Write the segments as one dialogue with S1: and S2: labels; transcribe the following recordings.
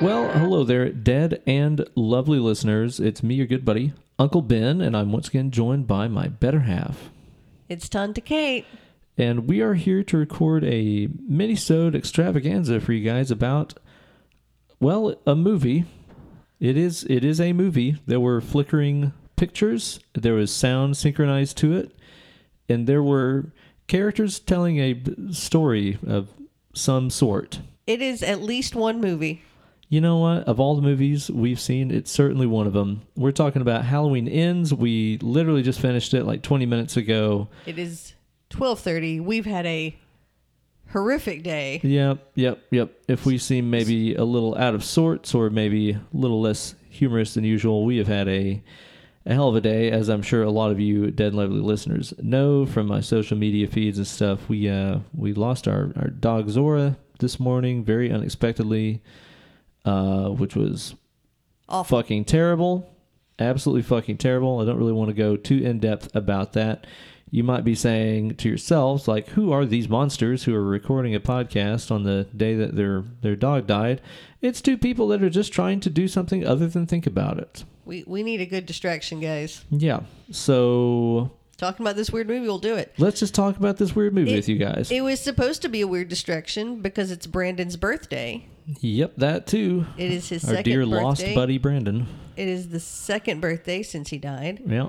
S1: Well, hello there, dead and lovely listeners. It's me, your good buddy, Uncle Ben, and I'm once again joined by my better half.
S2: It's Tante Kate.
S1: And we are here to record a mini-sode extravaganza for you guys about, well, a movie. It is it is a movie. There were flickering pictures. There was sound synchronized to it, and there were characters telling a b- story of some sort.
S2: It is at least one movie.
S1: You know what? Of all the movies we've seen, it's certainly one of them. We're talking about Halloween Ends. We literally just finished it like 20 minutes ago.
S2: It is 12:30. We've had a horrific day.
S1: Yep, yep, yep. If we seem maybe a little out of sorts or maybe a little less humorous than usual, we have had a, a hell of a day, as I'm sure a lot of you dead lovely listeners know from my social media feeds and stuff. We uh we lost our, our dog Zora this morning very unexpectedly, uh, which was
S2: Awful.
S1: fucking terrible. Absolutely fucking terrible. I don't really want to go too in depth about that. You might be saying to yourselves, like, who are these monsters who are recording a podcast on the day that their their dog died? It's two people that are just trying to do something other than think about it.
S2: We we need a good distraction, guys.
S1: Yeah. So
S2: Talking about this weird movie will do it.
S1: let's just talk about this weird movie
S2: It-
S1: with you guys.
S2: It was supposed to be a weird distraction because it's Brandon's birthday.
S1: yep, that too.
S2: It is his
S1: Our
S2: second
S1: dear
S2: birthday.
S1: lost buddy Brandon.
S2: It is the second birthday since he died.
S1: Yeah.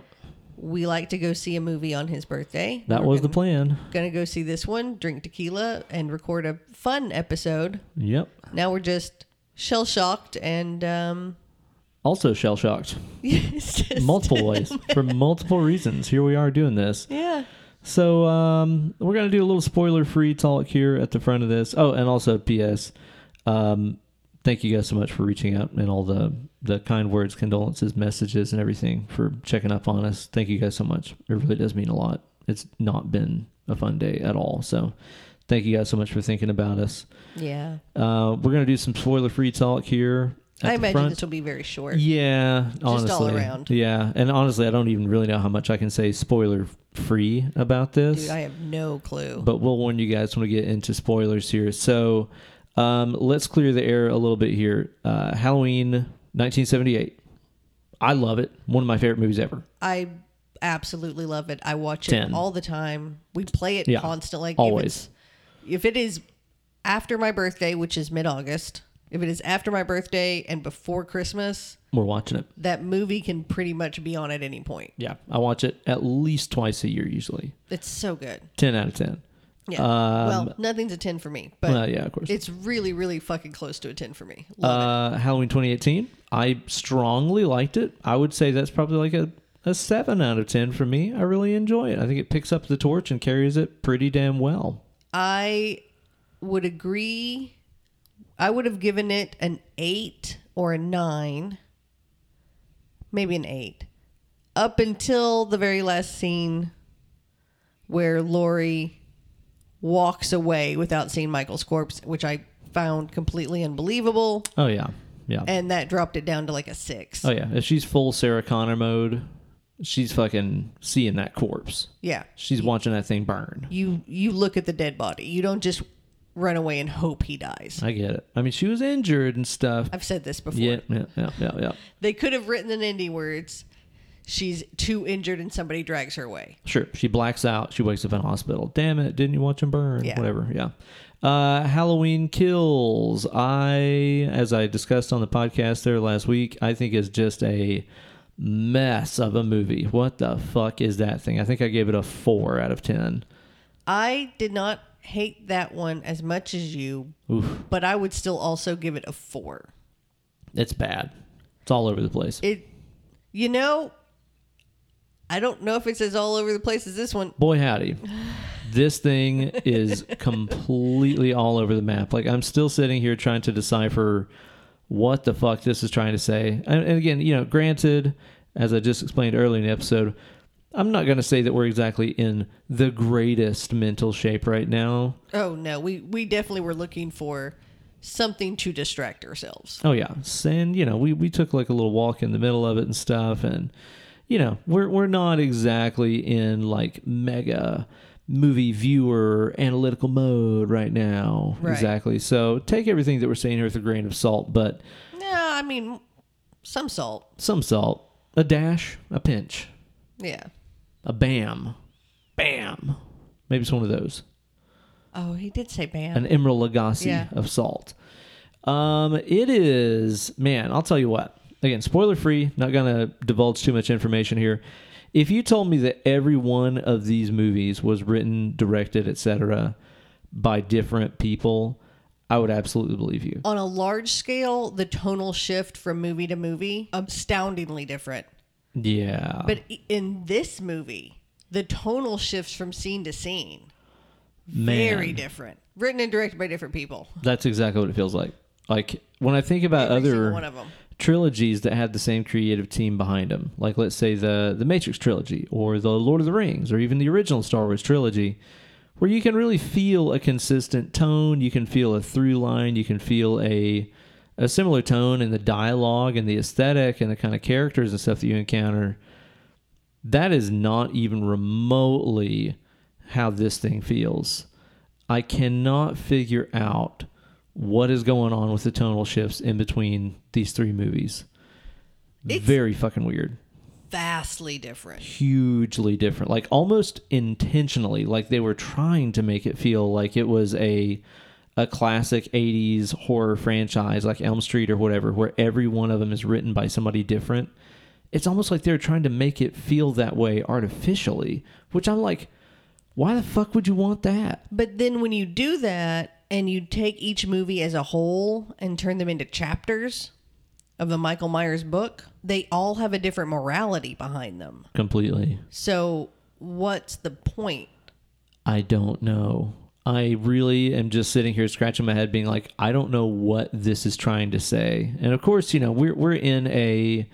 S2: We like to go see a movie on his birthday.
S1: That
S2: We're
S1: was the
S2: gonna-
S1: plan.
S2: Gonna go see this one, drink tequila, and record a fun episode.
S1: Yep.
S2: Now we're just shell shocked and um,
S1: Also shell shocked.
S2: it's just-
S1: multiple ways for multiple reasons. Here we are doing this.
S2: Yeah.
S1: So um, we're gonna do a little spoiler-free talk here at the front of this. Oh, and also P.S. Um, thank you guys so much for reaching out and all the the kind words, condolences, messages, and everything for checking up on us. Thank you guys so much. It really does mean a lot. It's not been a fun day at all. So thank you guys so much for thinking about us.
S2: Yeah.
S1: Uh, we're gonna do some spoiler-free talk here. At
S2: I
S1: the
S2: imagine
S1: front.
S2: this will be very short.
S1: Yeah, honestly.
S2: all around.
S1: Yeah, and honestly, I don't even really know how much I can say spoiler free about this.
S2: Dude, I have no clue.
S1: but we'll warn you guys when we get into spoilers here. So um, let's clear the air a little bit here. Uh, Halloween 1978. I love it. One of my favorite movies ever.
S2: I absolutely love it. I watch it
S1: Ten.
S2: all the time. We play it
S1: Yeah.
S2: constantly. Like, if
S1: Always.
S2: it's- If, it is after my birthday, which is mid August, if it is after my birthday and before Christmas,
S1: We're watching it.
S2: that movie can pretty much be on at any point.
S1: Yeah, I watch it at least twice a year, usually.
S2: It's so good.
S1: 10 out of 10.
S2: Yeah.
S1: Um,
S2: well, nothing's a 10 for me, but
S1: Well, yeah, of course.
S2: it's really, really fucking close to a 10 for me. Love
S1: Uh, Halloween 2018. I strongly liked it. I would say that's probably like a, a 7 out of 10 for me. I really enjoy it. I think it picks up the torch and carries it pretty damn well.
S2: I would agree. I would have given it an eight or a nine, maybe an eight, up until the very last scene where Lori walks away without seeing Michael's corpse, which I found completely unbelievable.
S1: Oh, yeah. Yeah.
S2: And that dropped it down to like a six.
S1: oh, yeah. If she's full Sarah Connor mode, she's fucking seeing that corpse.
S2: Yeah.
S1: She's watching that thing burn.
S2: You you look at the dead body. You don't just run away and hope he dies.
S1: I get it. I mean, she was injured and stuff.
S2: I've said this before.
S1: Yeah, yeah, yeah, yeah, yeah.
S2: They could have written in any words. She's too injured and somebody drags her away.
S1: Sure. She blacks out. She wakes up in hospital. Damn it. Didn't you watch him burn?
S2: Yeah.
S1: Whatever. Yeah. Uh, Halloween Kills. I, as I discussed on the podcast there last week, I think is just a mess of a movie. What the fuck is that thing? I think I gave it a four out of 10.
S2: I did not hate that one as much as you, but I would still also give it a four.
S1: It's bad. It's all over the place.
S2: It, you know, I don't know if it's as all over the place as this one.
S1: boy howdy this thing is completely all over the map like i'm still sitting here trying to decipher what the fuck this is trying to say and, and again you know granted as i just explained earlier in the episode i'm not going to say that we're exactly in the greatest mental shape right now
S2: Oh no, we we definitely were looking for something to distract ourselves.
S1: Oh yeah, S- and you know we we took like a little walk in the middle of it and stuff, and you know we're we're not exactly in like mega movie viewer analytical mode right now.
S2: Right.
S1: Exactly. So take everything that we're saying here with a grain of salt, but
S2: No, I mean some salt.
S1: some salt, a dash, a pinch,
S2: Yeah.
S1: a bam, bam. Maybe it's one of those.
S2: Oh, he did say bam.
S1: an Emerald Lagasse
S2: Yeah.
S1: of salt. Um, it is man. I'll tell you what. Again, spoiler free. Not gonna divulge too much information here. If you told me that every one of these movies was written, directed, etc., by different people, I would absolutely believe you.
S2: on a large scale, the tonal shift from movie to movie astoundingly different.
S1: Yeah.
S2: But i- in this movie, the tonal shifts from scene to scene
S1: man,
S2: very different. Written and directed by different people.
S1: that's exactly what it feels like. Like when I think about
S2: Every
S1: other
S2: single one of them.
S1: trilogies that had the same creative team behind them. Like let's say the the Matrix trilogy or the Lord of the Rings or even the original Star Wars trilogy where you can really feel a consistent tone, you can feel a through line, you can feel a a similar tone in the dialogue and the aesthetic and the kind of characters and stuff that you encounter. That is not even remotely how this thing feels. I cannot figure out what is going on with the tonal shifts in between these three movies.
S2: It's-
S1: Very fucking weird.
S2: Vastly different.
S1: Hugely different. Like almost intentionally, like they were trying to make it feel like it was a a classic 80s horror franchise like Elm Street or whatever where every one of them is written by somebody different. It's almost like they're trying to make it feel that way artificially, which I'm like why the fuck would you want that?
S2: But then when you do that and you take each movie as a whole and turn them into chapters of the Michael Myers book, they all have a different morality behind them.
S1: Completely.
S2: So what's the point?
S1: I don't know. I really am just sitting here scratching my head, being like, I don't know what this is trying to say. And of course, you know, we're we're in a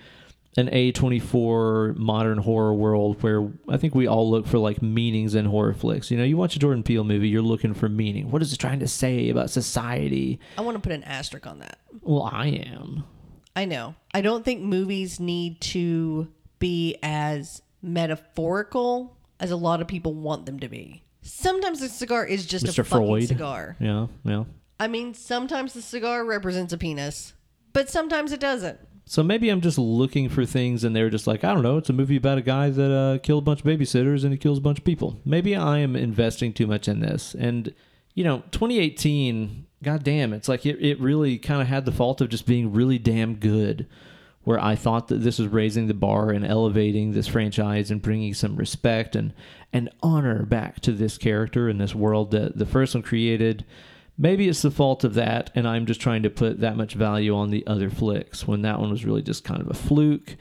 S1: an A twenty four modern horror world where I think we all look for like meanings in horror flicks. You know, you watch a Jordan Peele movie, you're looking for meaning. What is it trying to say about society?
S2: I want to put an asterisk on that.
S1: Well, I am.
S2: I know. I don't think movies need to be as metaphorical as a lot of people want them to be. Sometimes the cigar is just a
S1: Mr.
S2: fucking
S1: Freud.
S2: cigar.
S1: Yeah, yeah.
S2: I mean, sometimes the cigar represents a penis, but sometimes it doesn't.
S1: So maybe I'm just looking for things, and they're just like, I don't know, it's a movie about a guy that uh, killed a bunch of babysitters and he kills a bunch of people. Maybe I am investing too much in this. And, you know, 2018, God damn, it's like it, it really kind of had the fault of just being really damn good, where I thought that this was raising the bar and elevating this franchise and bringing some respect and, and honor back to this character and this world that the first one created maybe it's the fault of that and i'm just trying to put that much value on the other flicks when that one was really just kind of a fluke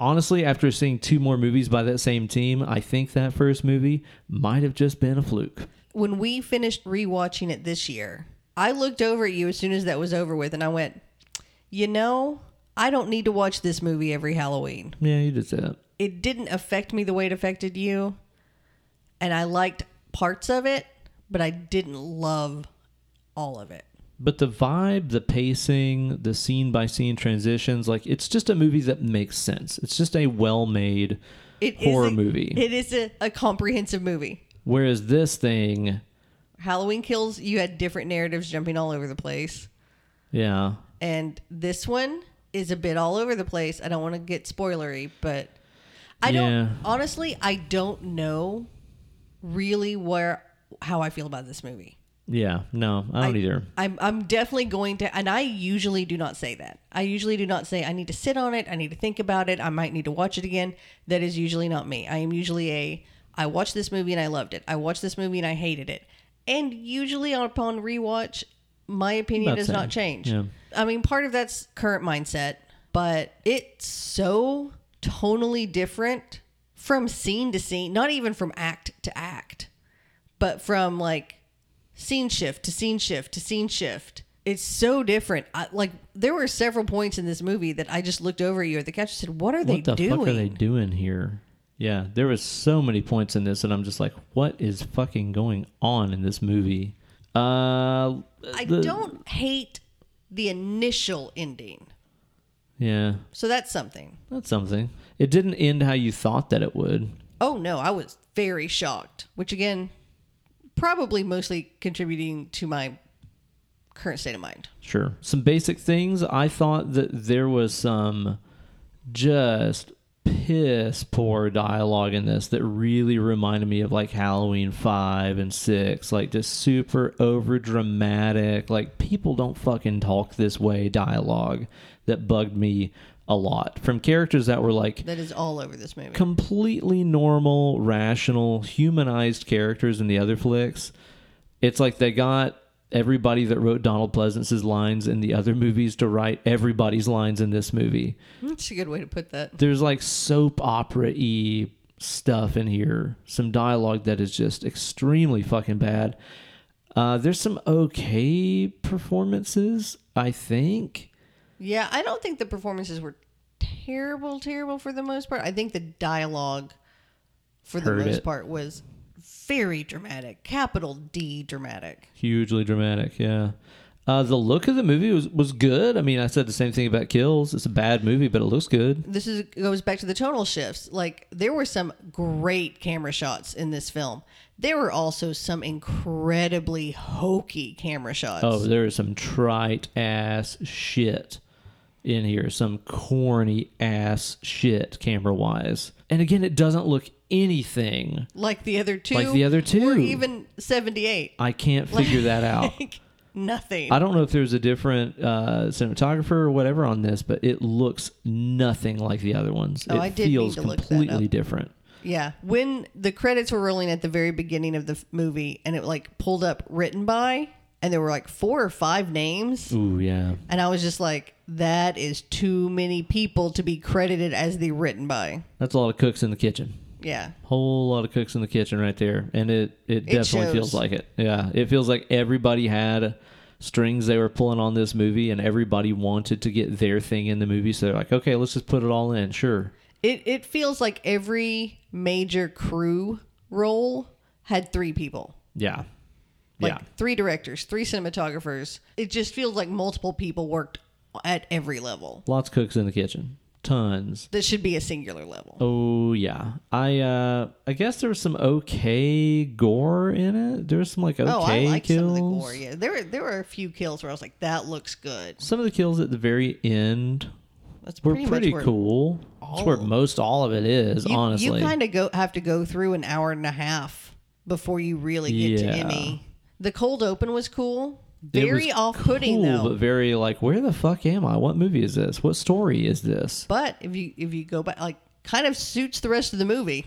S1: honestly after seeing two more movies by that same team i think that first movie might have just been a fluke
S2: When we finished rewatching it this year, I looked over at you as soon as that was over with and I went, you know, I don't need to watch this movie every Halloween.
S1: yeah you did say that
S2: it didn't affect me the way it affected you. And I liked parts of it, but I didn't love all of it.
S1: but the vibe the pacing the scene by scene transitions like it's just a movie that makes sense it's just a well made
S2: It is
S1: horror
S2: a-
S1: movie
S2: It is a, a comprehensive movie.
S1: whereas this thing
S2: Halloween Kills, you had different narratives jumping all over the place.
S1: yeah
S2: And this one is a bit all over the place. I don't want to get spoilery, but I don't
S1: Yeah.
S2: honestly, I don't know really where how I feel about this movie.
S1: yeah no i don't either
S2: I'm I'm definitely going to and I usually do not say that. I usually do not say I need to sit on it, I need to think about it, I might need to watch it again. That is usually not me. I am usually a I watched this movie and I loved it. I watched this movie and I hated it. And usually upon rewatch, my opinion
S1: About
S2: does
S1: same.
S2: not change.
S1: Yeah.
S2: I mean, part of that's current mindset, but it's so tonally different from scene to scene, not even from act to act, but from like scene shift to scene shift to scene shift. It's so different. I, like there were several points in this movie that I just looked over at you at the couch and said, "What are they
S1: what the
S2: doing?"
S1: fuck are they doing here? Yeah, there was so many points in this, and I'm just like, what is fucking going on in this movie? Uh,
S2: I
S1: the-
S2: don't hate the initial ending,
S1: Yeah,
S2: so that's something.
S1: that's something. It didn't end how you thought that it would.
S2: Oh no, I was very shocked, which again, probably mostly contributing to my current state of mind.
S1: Sure. Some basic things. I thought that there was some just piss poor dialogue in this that really reminded me of like Halloween 5 and 6, like just super over dramatic, like people don't fucking talk this way dialogue that bugged me a lot from characters that were like
S2: That is all over this movie.
S1: completely normal, rational, humanized characters in the other flicks. It's like they got everybody that wrote Donald Pleasance's lines in the other movies to write everybody's lines in this movie.
S2: That's a good way to put that.
S1: There's like soap opera y stuff in here, some dialogue that is just extremely fucking bad. Uh, there's some okay performances, I think.
S2: Yeah, I don't think the performances were terrible, terrible for the most part. I think the dialogue, for the
S1: Heard
S2: most
S1: it.
S2: part, was very dramatic, capital D dramatic.
S1: hugely dramatic. Yeah, uh, the look of the movie was was good. I mean, I said the same thing about Kills. It's a bad movie, but it looks good.
S2: This is goes back to the tonal shifts. Like there were some great camera shots in this film. There were also some incredibly hokey camera shots.
S1: Oh, there is some trite ass shit in here. Some corny ass shit camera wise. And again, it doesn't look anything.
S2: Like the other two.
S1: Like the other two. Oh.
S2: Or even 78.
S1: I can't figure that out.
S2: Like nothing.
S1: I don't know if there's a different uh, cinematographer or whatever on this, but it looks nothing like the other ones.
S2: Oh,
S1: it
S2: I did need
S1: feels
S2: to look that
S1: completely
S2: up.
S1: different.
S2: Yeah. When the credits were rolling at the very beginning of the f- movie and it like pulled up written by and there were like four or five names
S1: Ooh, yeah.
S2: and I was just like that is too many people to be credited as the written by.
S1: That's a lot of cooks in the kitchen.
S2: Yeah.
S1: whole lot of cooks in the kitchen right there and it it definitely
S2: shows.
S1: feels like it yeah it feels like everybody had strings they were pulling on this movie and everybody wanted to get their thing in the movie so they're like okay let's just put it all in sure
S2: It it feels like every major crew role had three people.
S1: yeah
S2: Like
S1: yeah
S2: three directors, three cinematographers. It just feels like multiple people worked at every level.
S1: lots of cooks in the kitchen tons
S2: This should be a singular level.
S1: oh yeah i uh i guess there was some okay gore in it there was some like okay
S2: Oh, I like
S1: kills
S2: some of the gore. Yeah, there were there were a few kills where I was like, that looks good.
S1: some of the kills at the very end
S2: That's
S1: were
S2: pretty,
S1: pretty,
S2: much where
S1: cool it's where most all of it is
S2: You,
S1: honestly
S2: you kind of go have to go through an hour and a half before you really get to
S1: Yeah.
S2: any. The cold open was cool.
S1: It
S2: Very
S1: was
S2: off-putting
S1: cool,
S2: though.
S1: but
S2: But,
S1: very like, where the fuck am I? What movie is this? What story is this?
S2: if you if you go back, like kind of suits the rest of the movie.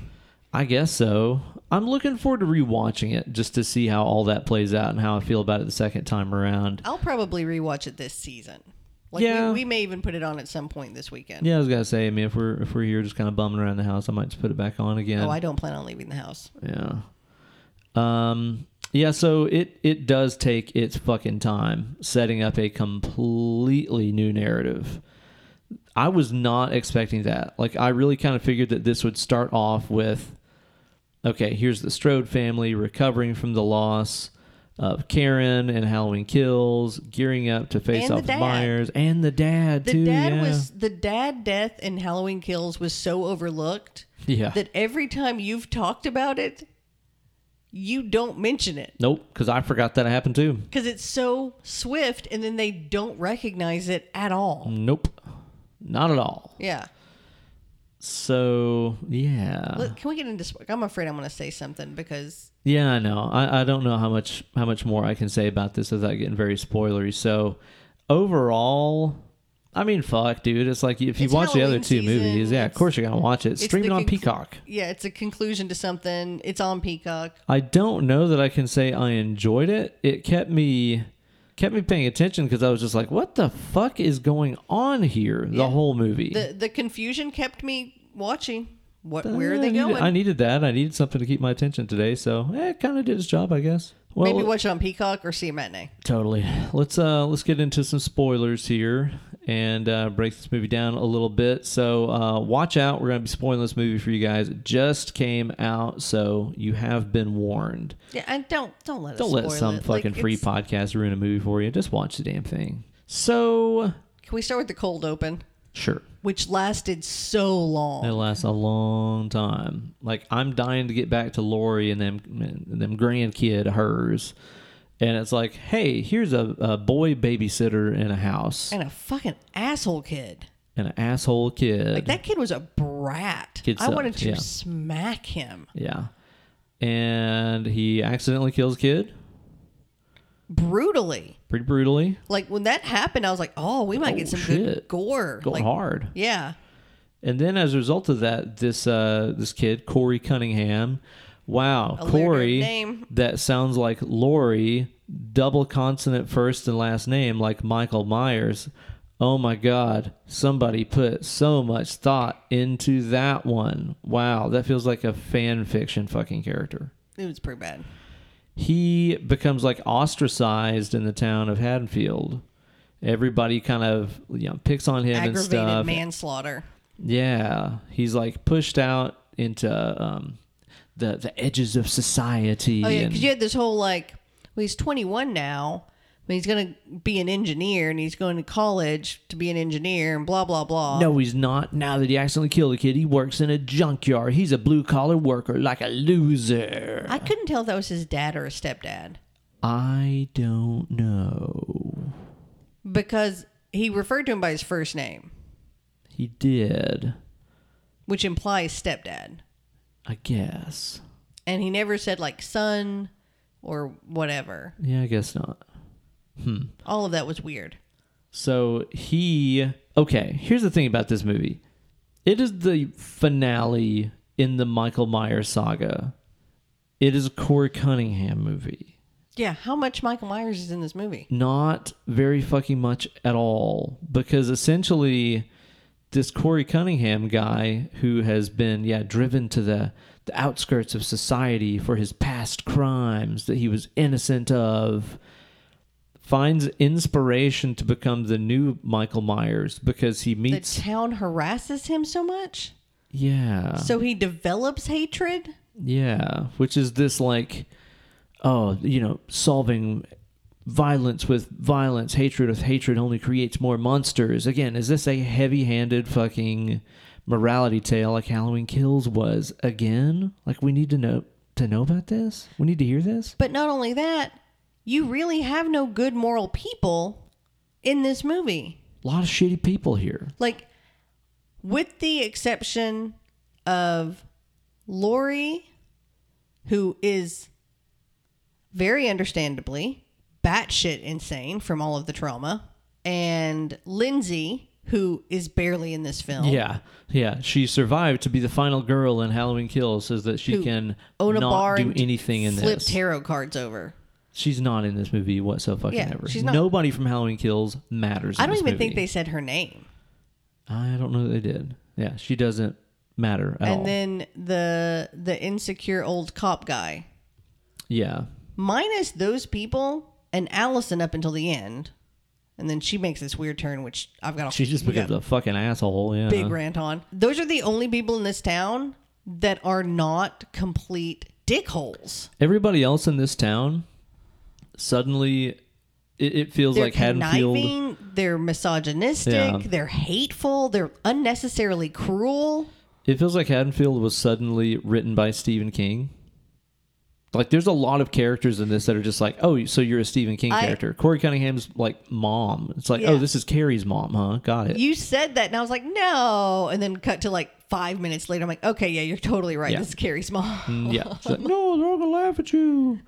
S1: I guess so. I'm looking forward to rewatching it just to see how all that plays out and how I feel about it the second time around.
S2: I'll probably rewatch it this season. Like
S1: Yeah.
S2: we, we may even put it on at some point this weekend.
S1: Yeah, I was gonna say. I mean, if we're if we're here just kind of bumming around the house, I might just put it back on again.
S2: Oh, I don't plan on leaving the house.
S1: Yeah. Um yeah, so it it does take its fucking time setting up a completely new narrative. I was not expecting that. Like I really kind of figured that this would start off with okay, here's the Strode family recovering from the loss of Karen and Halloween Kills, gearing up to face
S2: And the
S1: off the
S2: dad.
S1: Myers and the dad
S2: The
S1: too.
S2: dad
S1: yeah.
S2: was the dad death in Halloween Kills was so overlooked
S1: yeah.
S2: that every time you've talked about it, you don't mention it
S1: nope, cuz I forgot that happened too.
S2: because it's so swift, and then they don't recognize it at all.
S1: Nope. Not at all.
S2: Yeah.
S1: So yeah,
S2: Look, can we get into? spo- I'm afraid I'm going to say something because
S1: yeah, I know. I, I don't know how much how much more I can say about this without getting very spoilery. So overall, I mean, fuck, dude. It's like if you
S2: It's
S1: watch the other
S2: Halloween
S1: two
S2: season.
S1: movies, yeah, of
S2: It's-
S1: course you're gonna watch it.
S2: the
S1: Streaming on
S2: conclu-
S1: Peacock.
S2: yeah, it's a conclusion to something. It's on Peacock.
S1: I don't know that I can say I enjoyed it. It kept me kept me paying attention because I was just like, what the fuck is going on here? The
S2: Yeah.
S1: whole movie.
S2: The the confusion kept me watching. What?
S1: Uh,
S2: Where are
S1: I
S2: they
S1: needed-
S2: going?
S1: I needed that. I needed something to keep my attention today. So eh, it kind of did its job, I guess. Well,
S2: Maybe watch it on Peacock or see a matinee.
S1: Totally. Let's uh let's get into some spoilers here and uh, break this movie down a little bit. So uh, watch out. We're gonna be spoiling this movie for you guys. It just came out, so you have been warned.
S2: Yeah, and don't don't let us
S1: Don't let
S2: spoil
S1: some
S2: it. Like,
S1: fucking free
S2: it's-
S1: podcast ruin a movie for you. Just watch the damn thing. So
S2: Can we start with the cold open?
S1: Sure.
S2: which lasted so long.
S1: It lasts a long time. Like I'm dying to get back to Lori and them and them grandkid of hers. And it's like, hey, here's a, a boy babysitter in a house
S2: and a fucking asshole kid.
S1: and an asshole kid.
S2: Like that kid was a brat.
S1: Kid
S2: I wanted
S1: sucked,
S2: to
S1: yeah.
S2: smack him.
S1: Yeah. And he accidentally kills kid
S2: Brutally.
S1: pretty brutally.
S2: Like when that happened, I was like, "Oh, we might get
S1: Oh,
S2: some good
S1: shit.
S2: gore."
S1: Going
S2: like,
S1: hard.
S2: Yeah,
S1: And then as a result of that, this uh, this kid Corey Cunningham, wow,
S2: A
S1: Corey,
S2: weird name.
S1: that sounds like Lori, double consonant first and last name, like Michael Myers. Oh my God, somebody put so much thought into that one. Wow, that feels like a fan fiction fucking character.
S2: it was pretty bad.
S1: he becomes like ostracized in the town of Haddonfield. Everybody kind of you know picks on him and
S2: Aggravated
S1: stuff.
S2: manslaughter.
S1: Yeah, he's like pushed out into um, the the edges of society.
S2: Oh yeah,
S1: and-
S2: because you had this whole like, well, he's 21 now. I mean, he's gonna be an engineer, and he's going to college to be an engineer, and blah blah blah.
S1: no, he's not. Now that he accidentally killed a kid, he works in a junkyard. He's a blue collar worker, like a loser.
S2: I couldn't tell if that was his dad or his stepdad
S1: I don't know.
S2: because he referred to him by his first name,
S1: He did,
S2: which implies stepdad,
S1: I guess.
S2: and he never said like son or whatever.
S1: Yeah, I guess not.
S2: All of that was weird.
S1: So he okay, here's the thing about this movie. It is the finale in the Michael Myers saga. It is a Corey Cunningham movie.
S2: Yeah, how much Michael Myers is in this movie?
S1: Not very fucking much at all. Because essentially this Corey Cunningham guy who has been, yeah, driven to the, the outskirts of society for his past crimes that he was innocent of finds inspiration to become the new Michael Myers because he
S2: The
S1: meets
S2: town harasses him so much,
S1: yeah.
S2: so he develops hatred.
S1: yeah, which is this like oh, you know, solving violence with violence, hatred with hatred only creates more monsters. Again, is this a heavy-handed fucking morality tale like Halloween Kills was again? Like we need to know to know about this? We need to hear this?
S2: But not only that, you really have no good moral people in this movie.
S1: A lot of shitty people here.
S2: Like, with the exception of Lori, who is very understandably batshit insane from all of the trauma, and Lindsay, who is barely in this film.
S1: Yeah, yeah. She survived to be the final girl in Halloween Kills, says that she
S2: Who
S1: can
S2: own a
S1: not
S2: bar
S1: do
S2: and
S1: anything in
S2: flip
S1: this.
S2: tarot cards over.
S1: she's not in this movie whatsoever. fucking
S2: Yeah,
S1: ever.
S2: she's not.
S1: Nobody from Halloween Kills matters.
S2: I
S1: in
S2: don't
S1: this
S2: even think
S1: movie.
S2: they said her name.
S1: I don't know that they did. Yeah, she doesn't matter at all.
S2: And then the the insecure old cop guy.
S1: yeah,
S2: Minus those people and Allison up until the end. And then she makes this weird turn, which I've got a
S1: she just uh-huh.
S2: we got
S1: becomes a fucking asshole. Yeah,
S2: big rant on. Those are the only people in this town that are not complete dickholes.
S1: everybody else in this town suddenly it, it feels
S2: They're
S1: like Haddonfield.
S2: conniving, they're misogynistic,
S1: Yeah.
S2: they're hateful, they're unnecessarily cruel.
S1: It feels like Haddonfield was suddenly written by Stephen King. Like, there's a lot of characters in this that are just like, oh, so you're a Stephen King
S2: I-
S1: character. Corey Cunningham's like mom. It's like,
S2: Yeah.
S1: oh, this is Carrie's mom, huh? Got it.
S2: you said that and I was like, no. And then cut to like five minutes later. I'm like, okay, yeah, you're totally right.
S1: Yeah.
S2: This is Carrie's mom.
S1: Mm, yeah. She's like, no, they're all gonna laugh at you.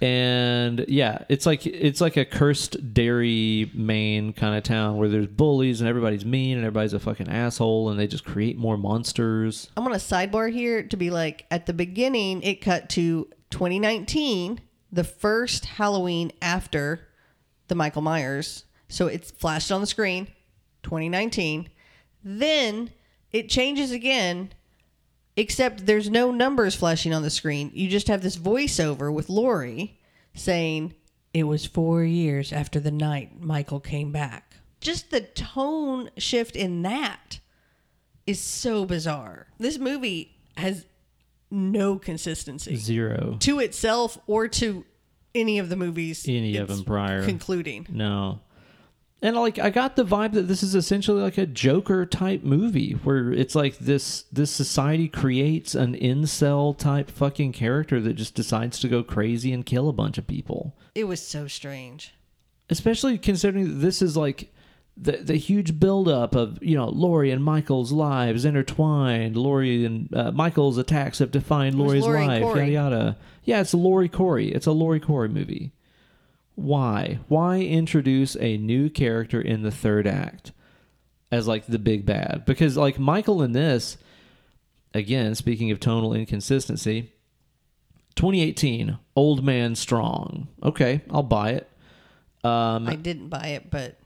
S1: And yeah, it's like it's like a cursed dairy Maine kind of town where there's bullies and everybody's mean and everybody's a fucking asshole and they just create more monsters.
S2: I'm on a sidebar here to be like, at the beginning, it cut to 2019, the first Halloween after the Michael Myers. So it's flashed on the screen, 2019. Then it changes again, except there's no numbers flashing on the screen. You just have this voiceover with Lori saying, It was four years after the night Michael came back. Just the tone shift in that is so bizarre. This movie has no consistency
S1: Zero.
S2: to itself or to any of the movies.
S1: Any of
S2: it's
S1: them prior.
S2: Concluding.
S1: No. and like I got the vibe that this is essentially like a Joker type movie where it's like this this society creates an incel type fucking character that just decides to go crazy and kill a bunch of people.
S2: It was so strange.
S1: Especially considering that this is like the the huge buildup of you know Laurie and Michael's lives intertwined. Laurie and uh, Michael's attacks have defined
S2: was
S1: Laurie's
S2: Laurie and
S1: life. Yada
S2: Corey.
S1: yada. Yeah, it's Laurie Corey. It's a Laurie Corey movie. Why? Why introduce a new character in the third act as like the big bad? Because like Michael in this, again speaking of tonal inconsistency, 2018 old man strong. Okay, I'll buy it. Um,
S2: I didn't buy it, but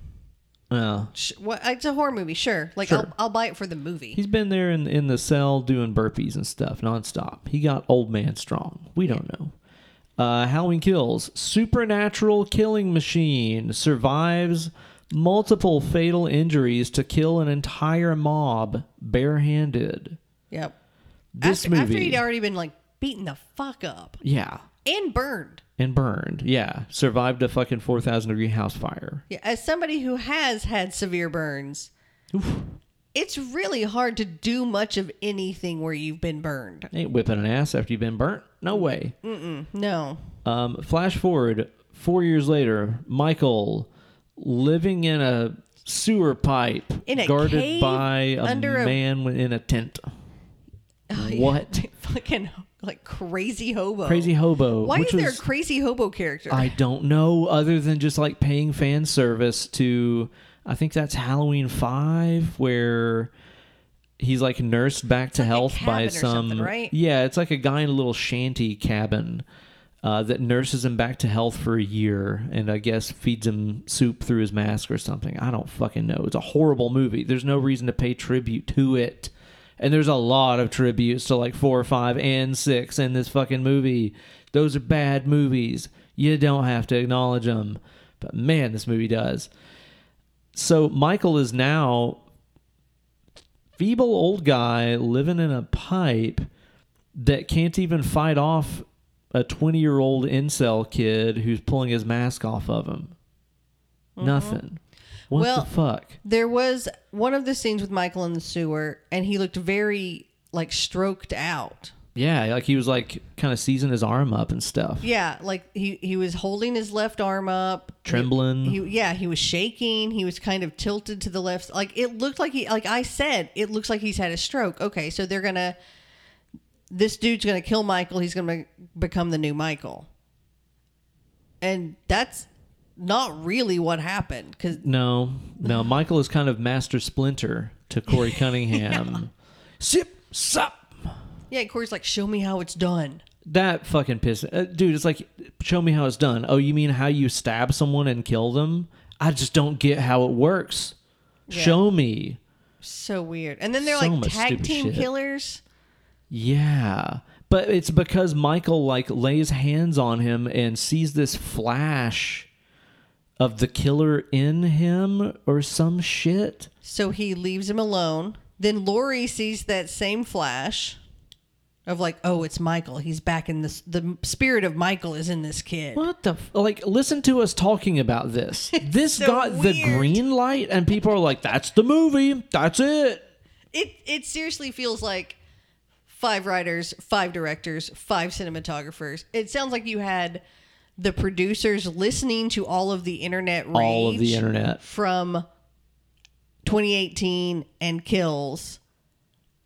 S1: Uh,
S2: sh- what, it's a horror movie, sure. Like I'll,
S1: Sure.
S2: I'll buy it for the movie.
S1: He's been there in in the cell doing burpees and stuff nonstop. He got old man strong. We don't know. Uh, Halloween kills supernatural killing machine survives multiple fatal injuries to kill an entire mob barehanded.
S2: yep.
S1: This
S2: after,
S1: movie,
S2: after he'd already been like beaten the fuck up
S1: yeah,
S2: and burned.
S1: and burned. Yeah, survived a fucking four thousand degree house fire.
S2: Yeah, as somebody who has had severe burns, it's really hard to do much of anything where you've been burned.
S1: Ain't whipping an ass after you've been burnt. No way.
S2: No.
S1: Um, flash forward four years later, Michael living in a sewer pipe
S2: In a
S1: guarded
S2: cave
S1: by a
S2: under a- Oh,
S1: man wi- in a tent. What?
S2: Fucking like crazy hobo.
S1: Crazy hobo.
S2: Why
S1: which
S2: is there
S1: was,
S2: a crazy hobo character?
S1: I don't know, other than just like paying fan service to, I think that's Halloween 5, where he's like nursed back to
S2: like a
S1: health by
S2: cabin or
S1: some.
S2: something, right?
S1: Yeah, it's like a guy in a little shanty cabin uh, that nurses him back to health for a year and I guess feeds him soup through his mask or something. I don't fucking know. It's a horrible movie. There's no reason to pay tribute to it. And there's a lot of tributes to like four, five, and six in this fucking movie. Those are bad movies. You don't have to acknowledge them. But man, this movie does. So Michael is now feeble old guy living in a pipe that can't even fight off a 20 year old incel kid who's pulling his mask off of him. Nothing. What
S2: Mm-hmm. Well-
S1: the fuck?
S2: There was one of the scenes with Michael in the sewer, and he looked very like stroked out.
S1: Yeah, like he was like kind of seizing his arm up and stuff.
S2: Yeah, like he he was holding his left arm up,
S1: Trembling.
S2: He, yeah, he was shaking. He was kind of tilted to the left. Like it looked like he like I said, it looks like he's had a stroke. Okay, so they're gonna this dude's gonna kill Michael. He's gonna become the new Michael, and that's not really what happened because
S1: no, no. Michael is kind of Master Splinter to Corey Cunningham. Sip, sup.
S2: yeah, Corey's like, show me how it's done.
S1: That fucking piss, uh, dude. It's like, show me how it's done. Oh, you mean how you stab someone and kill them? I just don't get how it works. Show me.
S2: So weird. And then they're
S1: So
S2: like
S1: much
S2: tag
S1: stupid
S2: team
S1: shit.
S2: killers.
S1: Yeah. But it's because Michael like lays hands on him and sees this flash of the killer in him or some shit.
S2: So he leaves him alone. Then Lori sees that same flash of like, oh, it's Michael. He's back in this. The spirit of Michael is in this kid.
S1: What the f- like listen to us talking about this. This
S2: so
S1: got the
S2: weird.
S1: green light and people are like that's the movie. That's it.
S2: It it seriously feels like five writers, five directors, five cinematographers. It sounds like you had the producers listening to all of the internet rage
S1: All of the internet.
S2: from 2018 and kills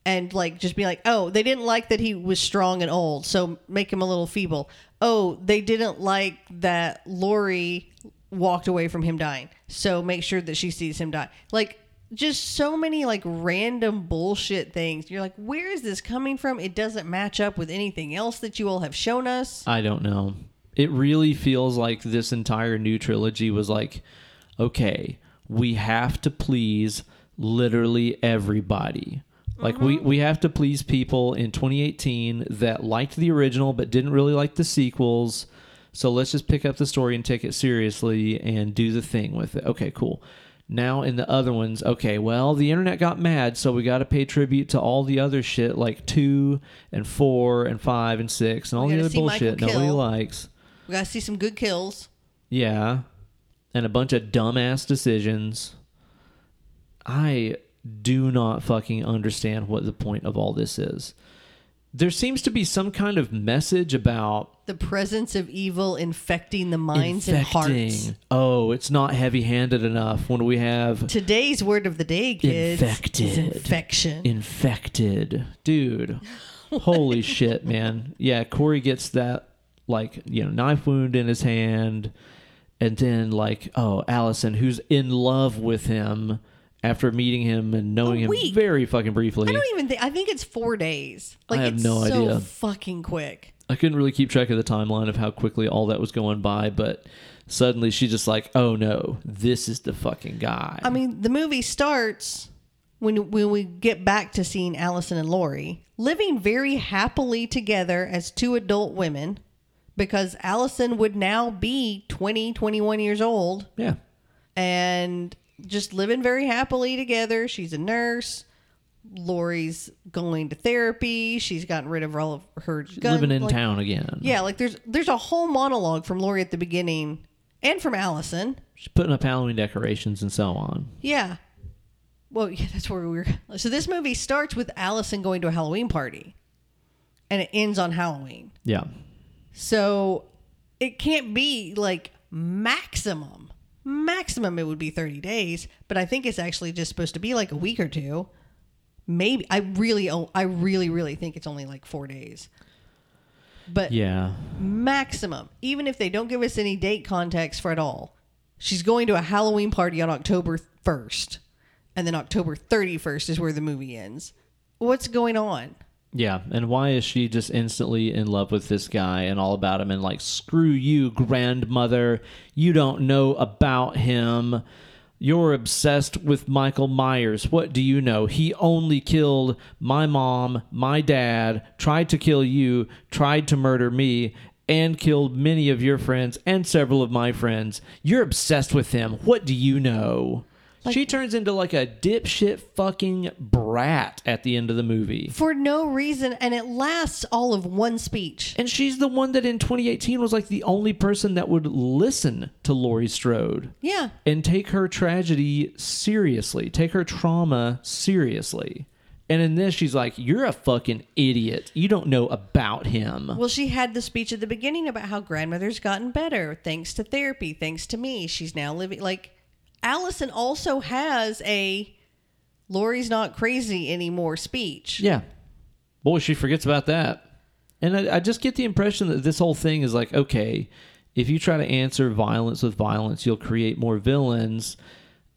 S2: and like just be like oh they didn't like that he was strong and old so make him a little feeble oh they didn't like that lori walked away from him dying so make sure that she sees him die like just so many like random bullshit things you're like where is this coming from it doesn't match up with anything else that you all have shown us
S1: I don't know. It really feels like this entire new trilogy was like, okay, we have to please literally everybody. Like we, we have to please people in 2018 that liked the original but didn't really like the sequels. So let's just pick up the story and take it seriously and do the thing with it. Okay, cool. Now in the other ones, okay, well, the internet got mad, so we got to pay tribute to all the other shit like 2 and 4 and 5 and 6 and all
S2: We
S1: the
S2: gotta
S1: other
S2: see Michael
S1: bullshit nobody
S2: kill.
S1: likes.
S2: we gotta see some good kills
S1: Yeah. and a bunch of dumbass decisions. I do not fucking understand what the point of all this is. There seems to be some kind of message about
S2: The presence of evil infecting the minds and hearts.
S1: infecting. Oh, it's not heavy handed enough when we have
S2: Today's word of the day, kids, is
S1: Infected.
S2: infection.
S1: infected. Dude. Holy shit, man. Yeah, Corey gets that like, you know, knife wound in his hand. And then like, oh, Allison, who's in love with him after meeting him and knowing him
S2: week.
S1: very fucking briefly.
S2: I don't e- even think. I think it's four days. Like
S1: have
S2: it's
S1: no
S2: so
S1: idea.
S2: fucking quick.
S1: I couldn't really keep track of the timeline of how quickly all that was going by, but suddenly she's just like, "Oh no, this is the fucking guy."
S2: I mean, the movie starts when when we get back to seeing Allison and Lori living very happily together as two adult women because Allison would now be 20, 21 years old
S1: yeah,
S2: and just living very happily together. She's a nurse. Lori's going to therapy. She's gotten rid of all of her gun,
S1: living in
S2: like,
S1: town again.
S2: Yeah, like there's there's a whole monologue from Lori at the beginning and from Allison
S1: she's putting up Halloween decorations and so on.
S2: yeah. Well, yeah, that's where we were. So this movie starts with Allison going to a Halloween party, and it ends on Halloween.
S1: Yeah,
S2: So it can't be like maximum. Maximum it would be 30 days, but I think it's actually just supposed to be like a week or two. Maybe I really oh, I really really think it's only like 4 days. But
S1: yeah,
S2: maximum, even if they don't give us any date context for it all. She's going to a Halloween party on October 1st, and then October 31st is where the movie ends. What's going on?
S1: yeah. And why is she just instantly in love with this guy and all about him and like, screw you, grandmother, you don't know about him. You're obsessed with Michael Myers. What do you know? He only killed my mom, my dad, tried to kill you, tried to murder me, and killed many of your friends and several of my friends. You're obsessed with him. What do you know? she turns into like a dipshit fucking brat at the end of the movie.
S2: For no reason, and it lasts all of one speech.
S1: And she's the one that in 2018 was like the only person that would listen to Laurie Strode
S2: Yeah.
S1: and take her tragedy seriously, take her trauma seriously. And in this, she's like, You're a fucking idiot. You don't know about him.
S2: Well, she had the speech at the beginning about how grandmother's gotten better thanks to therapy, thanks to me. She's now living like Allison also has a Lori's not crazy anymore speech.
S1: Yeah. Boy, she forgets about that. And I, I just get the impression that this whole thing is like, okay, if you try to answer violence with violence, you'll create more villains.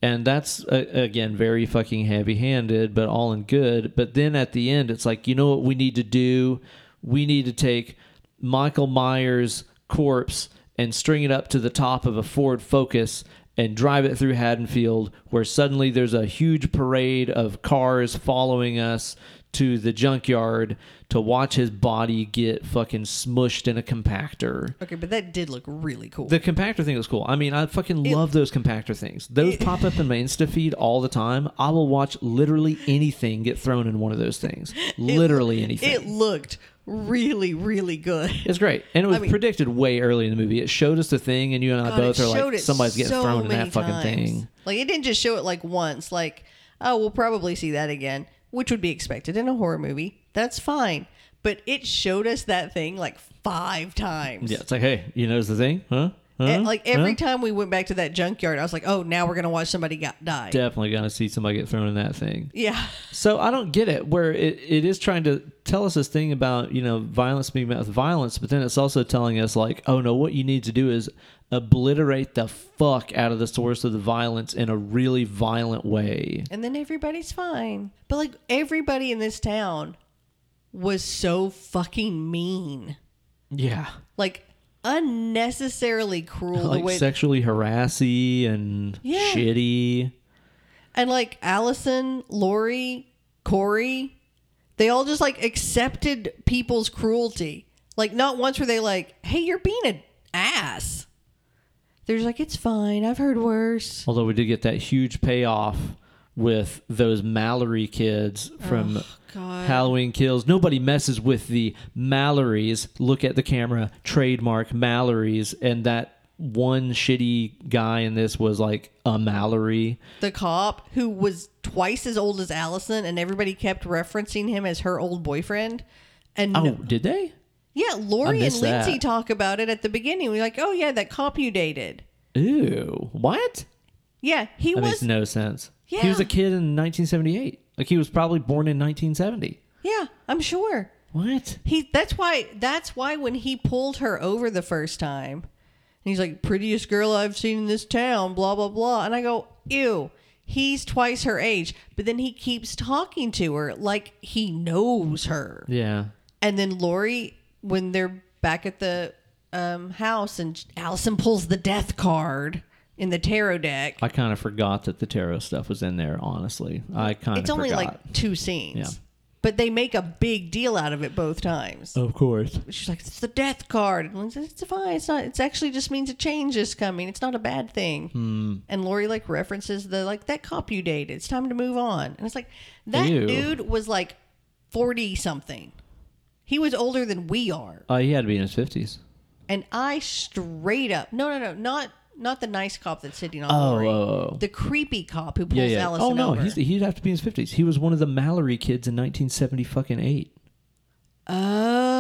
S1: And that's, uh, again, very fucking heavy handed, but all in good. But then at the end, it's like, you know what we need to do? We need to take Michael Myers' corpse and string it up to the top of a Ford Focus and drive it through Haddonfield, where suddenly there's a huge parade of cars following us to the junkyard to watch his body get fucking smushed in a compactor.
S2: Okay, but that did look really cool.
S1: The compactor thing was cool. I mean, I fucking love those compactor things. Those pop up in my Insta feed all the time. I will watch literally anything get thrown in one of those things. Literally anything.
S2: It looked really, really good.
S1: It's great, and it was
S2: mean-
S1: predicted way early in the movie. It showed us the thing, and you and I
S2: God,
S1: both
S2: it
S1: are
S2: showed
S1: like,
S2: it
S1: somebody's getting
S2: so
S1: thrown in
S2: many
S1: that fucking
S2: times.
S1: thing.
S2: Like it didn't just show it like once. Like oh, we'll probably see that again, which would be expected in a horror movie. That's fine, but it showed us that thing like five times.
S1: Yeah, it's like, hey, you notice the thing, huh? Huh?
S2: And, like every
S1: Huh?
S2: time we went back to that junkyard, I was like, oh, now we're gonna watch somebody got die.
S1: definitely gonna see somebody get thrown in that thing.
S2: yeah.
S1: So I don't get it. Where it, it is trying to tell us this thing about you know violence being met with violence, but then it's also telling us like, oh no, what you need to do is obliterate the fuck out of the source of the violence in a really violent way.
S2: and then everybody's fine. But like everybody in this town was so fucking mean,
S1: Yeah,
S2: like unnecessarily cruel. the
S1: like
S2: way
S1: sexually harassy and
S2: Yeah.
S1: shitty.
S2: and like Allison, Lori, Corey, they all just like accepted people's cruelty. Like not once were they like, "Hey, you're being an ass." They're just like, "It's fine. I've heard worse."
S1: Although we did get that huge payoff with those Mallory kids from
S2: Oh, God.
S1: Halloween Kills. Nobody messes with the Mallorys. Look at the camera, trademark Mallorys, and that one shitty guy in this was like a Mallory.
S2: the cop who was twice as old as Allison, and everybody kept referencing him as her old boyfriend. And
S1: Oh, did they?
S2: yeah, Lori
S1: I
S2: and
S1: missed
S2: Lindsay
S1: that.
S2: talk about it at the beginning. We're like, oh yeah, that cop you dated.
S1: Ew. What?
S2: Yeah, he
S1: That
S2: was.
S1: makes no sense. He
S2: Yeah.
S1: was a kid in 1978. Like he was probably born in 1970.
S2: yeah, I'm sure.
S1: What?
S2: He. That's why. That's why when he pulled her over the first time, and he's like, "Prettiest girl I've seen in this town," blah blah blah, and I go, "Ew." He's twice her age, but then he keeps talking to her like he knows her.
S1: Yeah.
S2: And then Lori, when they're back at the um, house, and Allison pulls the death card in the tarot deck.
S1: I kind of forgot that the tarot stuff was in there, honestly. I kind of
S2: It's only
S1: forgot.
S2: like two scenes,
S1: Yeah.
S2: but they make a big deal out of it both times.
S1: Of course.
S2: She's like, "It's the death card," and Lindsay says, "It's fine. It's not. It's actually just means a change is coming. It's not a bad thing."
S1: Hmm.
S2: And Lori like references the like that cop you dated. It's time to move on. And it's like that
S1: Ew.
S2: dude was like forty something. He was older than we are.
S1: Uh, he had to be in his 50s.
S2: and I straight up no no no not not the nice cop that's sitting on
S1: Oh,
S2: Lori.
S1: oh, oh.
S2: the creepy cop who pulls
S1: Yeah, yeah.
S2: Allison
S1: Oh, no.
S2: over.
S1: He's, he'd have to be in his 50s. He was one of the Mallory kids in 1970 fucking 8.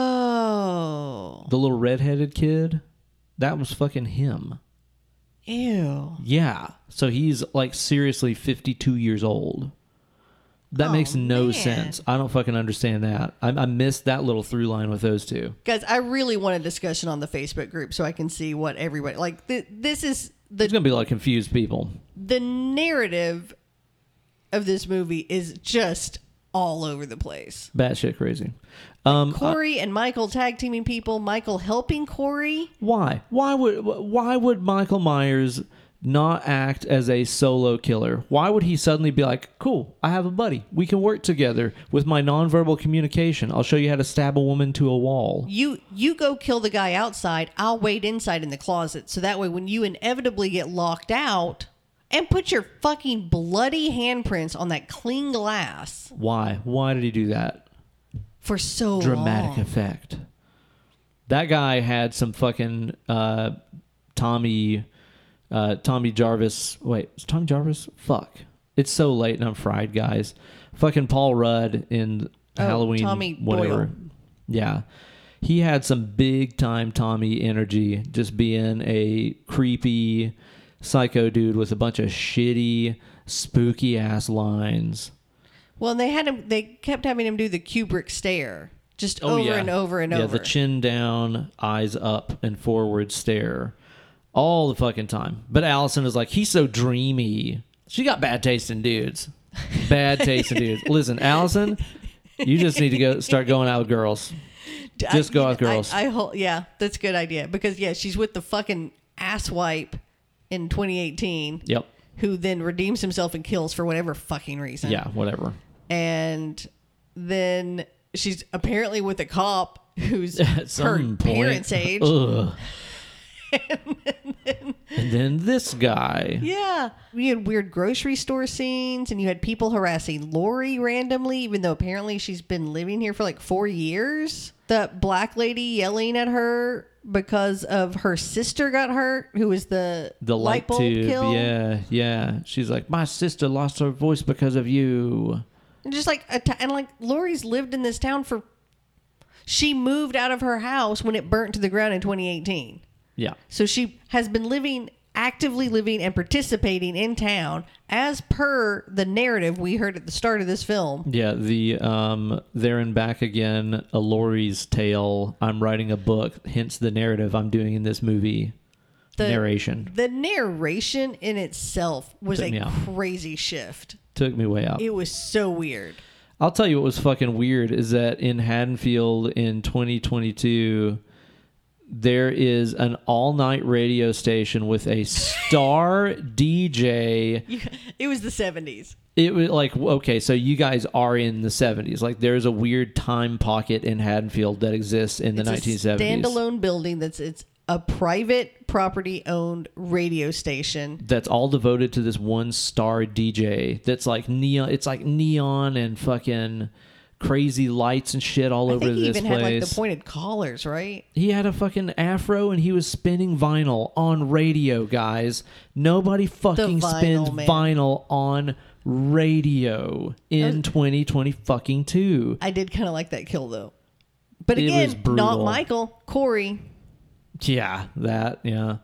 S2: oh
S1: The little redheaded kid. That was fucking him.
S2: ew
S1: Yeah. So he's like seriously 52 years old. That
S2: Oh,
S1: makes no
S2: man.
S1: sense. I don't fucking understand that. I, I missed that little through line with those two.
S2: guys I really want a discussion on the Facebook group so I can see what everybody like th- this is
S1: There's
S2: the
S1: going to be a lot of confused people.
S2: the narrative of this movie is just all over the place.
S1: Batshit crazy. Um, I-
S2: Corey and Michael tag teaming people. Michael helping Corey.
S1: Why? Why would why would Michael Myers not act as a solo killer? Why would he suddenly be like, "Cool, I have a buddy. We can work together with my nonverbal communication. I'll show you how to stab a woman to a wall."
S2: you you go kill the guy outside i'll wait inside in the closet so that way when you inevitably get locked out and put your fucking bloody handprints on that clean glass
S1: Why? Why did he do that?
S2: for so
S1: Dramatic
S2: long.
S1: effect. That guy had some fucking uh, Tommy uh, Tommy Jarvis. Wait, is Tommy Jarvis? Fuck. It's so late and I'm fried, guys. Fucking Paul Rudd in
S2: Oh,
S1: Halloween.
S2: Tommy
S1: whatever.
S2: Boyle.
S1: Yeah. He had some big time Tommy energy, just being a creepy psycho dude with a bunch of shitty, spooky ass lines.
S2: well and they had him they kept having him do the kubrick stare just
S1: Oh,
S2: over
S1: yeah.
S2: and over and
S1: yeah,
S2: over
S1: the chin down, eyes up, and forward stare all the fucking time. But Allison is like, he's so dreamy. She got bad taste in dudes. Bad taste in dudes. Listen, Allison, you just need to go start going out with girls.
S2: I-
S1: Just go
S2: you
S1: out,
S2: know, I-
S1: girls.
S2: I, hol- yeah that's a good idea because yeah she's with the fucking asswipe in 2018
S1: Yep.
S2: who then redeems himself and kills for whatever fucking reason
S1: Yeah, whatever.
S2: and then she's apparently with a cop who's
S1: At
S2: her
S1: some point.
S2: parents' age.
S1: Ugh. and then this guy.
S2: Yeah, you had weird grocery store scenes, and you had people harassing Lori randomly, even though apparently she's been living here for like four years. The black lady yelling at her because of her sister got hurt, who was the
S1: the light,
S2: bulb
S1: tube.
S2: kill.
S1: Yeah, yeah. She's like, my sister lost her voice because of you.
S2: And just like a t- and like Lori's lived in this town for. She moved out of her house when it burnt to the ground in 2018.
S1: Yeah.
S2: So she has been living, actively living, and participating in town as per the narrative we heard at the start of this film.
S1: Yeah, the um, there and back again, a Lori's tale. I'm writing a book, hence the narrative I'm doing in this movie.
S2: The-
S1: Narration
S2: The narration in itself was
S1: Took me
S2: a
S1: out.
S2: crazy shift.
S1: took me way up.
S2: It was so weird.
S1: I'll tell you what was fucking weird is that in Haddonfield in 2022, there is an all night radio station with a star DJ
S2: It was the 70s.
S1: it was like okay so you guys are in the 70s like there's a weird time pocket in haddonfield that exists in the
S2: It's a
S1: 1970s
S2: standalone building that's it's a private property owned radio station.
S1: that's all devoted to this one star dj that's like neon it's like neon and fucking crazy lights and shit all
S2: I
S1: over
S2: think he
S1: this
S2: even
S1: place.
S2: had like the pointed collars, right?
S1: He had a fucking afro and he was spinning vinyl on radio, guys. Nobody fucking
S2: vinyl,
S1: spins
S2: man.
S1: vinyl on radio in 2020 fucking two.
S2: I did kind of like that kill though. But
S1: It was
S2: again, not
S1: brutal.
S2: Michael, Corey.
S1: Yeah, that, yeah.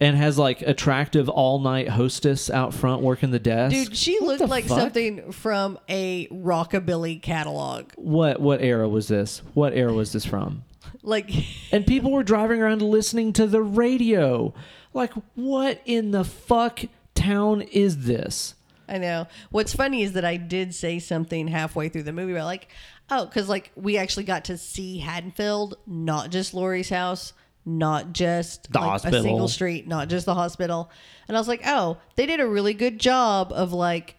S1: And has like attractive all night hostess out front working the desk.
S2: Dude, she
S1: What
S2: looked
S1: the
S2: like
S1: fuck?
S2: something from a rockabilly catalog.
S1: What what era was this? What era was this from?
S2: Like
S1: And people were driving around listening to the radio. Like, what in the fuck town is this?
S2: I know. What's funny is that I did say something halfway through the movie about like, oh, because like we actually got to see Haddonfield, not just Lori's house, not just
S1: The
S2: like, a
S1: hospital.
S2: single street, not just the hospital. And I was like, oh, they did a really good job of like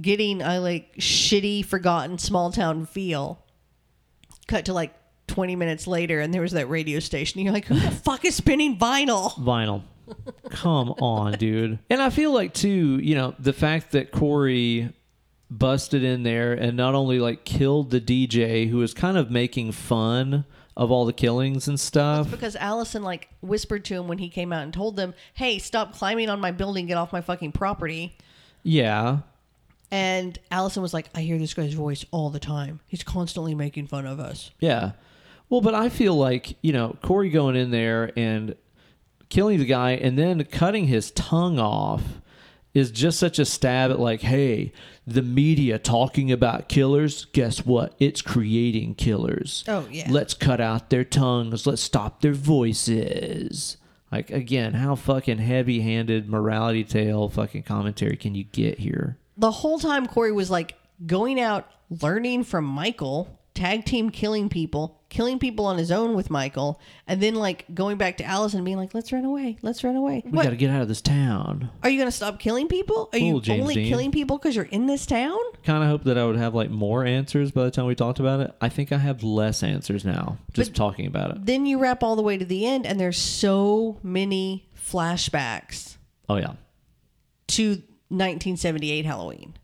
S2: getting a like shitty, forgotten small town feel. Cut to like 20 minutes later, and there was that radio station. You're like, who the fuck is spinning vinyl?
S1: vinyl. Come on, dude. And I feel like too, you know, the fact that Corey busted in there and not only like killed the DJ who was kind of making fun of all the killings and stuff.
S2: because Allison like whispered to him when he came out and told them, "Hey, stop climbing on my building, get off my fucking property."
S1: Yeah.
S2: And Allison was like, "I hear this guy's voice all the time. He's constantly making fun of us."
S1: Yeah. Well, but I feel like, you know, Corey going in there and killing the guy and then cutting his tongue off is just such a stab at like, hey, the media talking about killers, guess what? It's creating killers.
S2: Oh, yeah.
S1: Let's cut out their tongues. Let's stop their voices. Like again, how fucking heavy-handed morality tale fucking commentary can you get here?
S2: The whole time Corey was like going out learning from Michael, tag team killing people, killing people on his own with Michael, and then like going back to Allison being like, "Let's run away. Let's run away."
S1: We
S2: what?
S1: got to get out of this town.
S2: Are you going to stop killing people? Are
S1: Cool,
S2: you
S1: James
S2: only
S1: Dean.
S2: killing people cuz you're in this town?
S1: kind of hope that I would have like more answers by the time we talked about it. I think I have less answers now just talking about it.
S2: then you wrap all the way to the end and there's so many flashbacks
S1: Oh yeah.
S2: to 1978 halloween